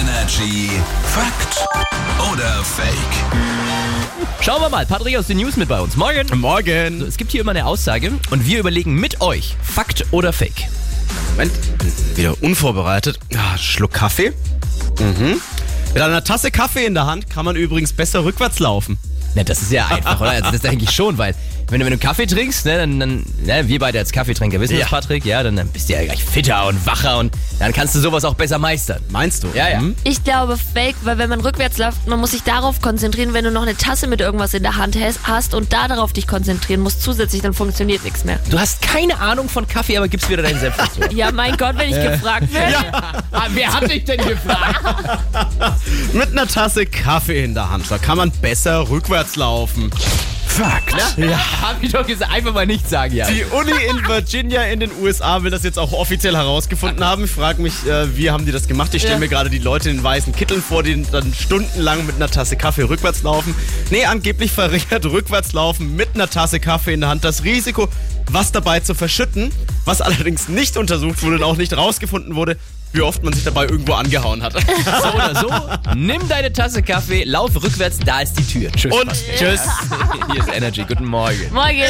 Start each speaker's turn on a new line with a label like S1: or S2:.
S1: Energy Fakt oder Fake?
S2: Schauen wir mal, Patrick aus den News mit bei uns. Morgen.
S3: Morgen.
S2: Es gibt hier immer eine Aussage und wir überlegen mit euch, Fakt oder Fake.
S3: Moment. Wieder unvorbereitet. Ah, Schluck Kaffee. Mhm. Mit einer Tasse Kaffee in der Hand kann man übrigens besser rückwärts laufen.
S2: Na, das ist ja einfach, oder? Also das denke ich schon, weil wenn du, wenn du Kaffee trinkst, ne, dann, dann ne, wir beide als Kaffeetrinker wissen das,
S3: Ja.
S2: Patrick, ja, dann, dann bist du ja gleich fitter und wacher und dann kannst du sowas auch besser meistern.
S3: Meinst du?
S2: Ja, ja.
S3: Hm?
S4: Ich glaube fake, weil wenn man rückwärts läuft, man muss sich darauf konzentrieren, wenn du noch eine Tasse mit irgendwas in der Hand hast- hast und da darauf dich konzentrieren musst zusätzlich, dann funktioniert nichts mehr.
S2: Du hast keine Ahnung von Kaffee, aber gibst wieder deinen Senf dazu.
S4: Ja, mein Gott, wenn ich gefragt werde.
S2: Ah, Wer hat dich denn gefragt?
S3: Mit einer Tasse Kaffee in der Hand. Da kann man besser rückwärts laufen.
S1: Fakt.
S2: Hab ich doch gesagt, einfach mal nichts sagen, ja.
S3: Die Uni in Virginia in den USA will das jetzt auch offiziell herausgefunden haben. Ich frage mich, äh, wie haben die das gemacht? Ich stelle mir gerade die Leute in weißen Kitteln vor, die dann stundenlang mit einer Tasse Kaffee rückwärts laufen. Nee, angeblich verringert Rückwärtslaufen mit einer Tasse Kaffee in der Hand das Risiko, was dabei zu verschütten, was allerdings nicht untersucht wurde und auch nicht rausgefunden wurde, wie oft man sich dabei irgendwo angehauen hat.
S2: So oder so, nimm deine Tasse Kaffee, lauf rückwärts, da ist die Tür. Tschüss.
S3: Und tschüss.
S2: Hier ist Energy, guten Morgen.
S4: Morgen.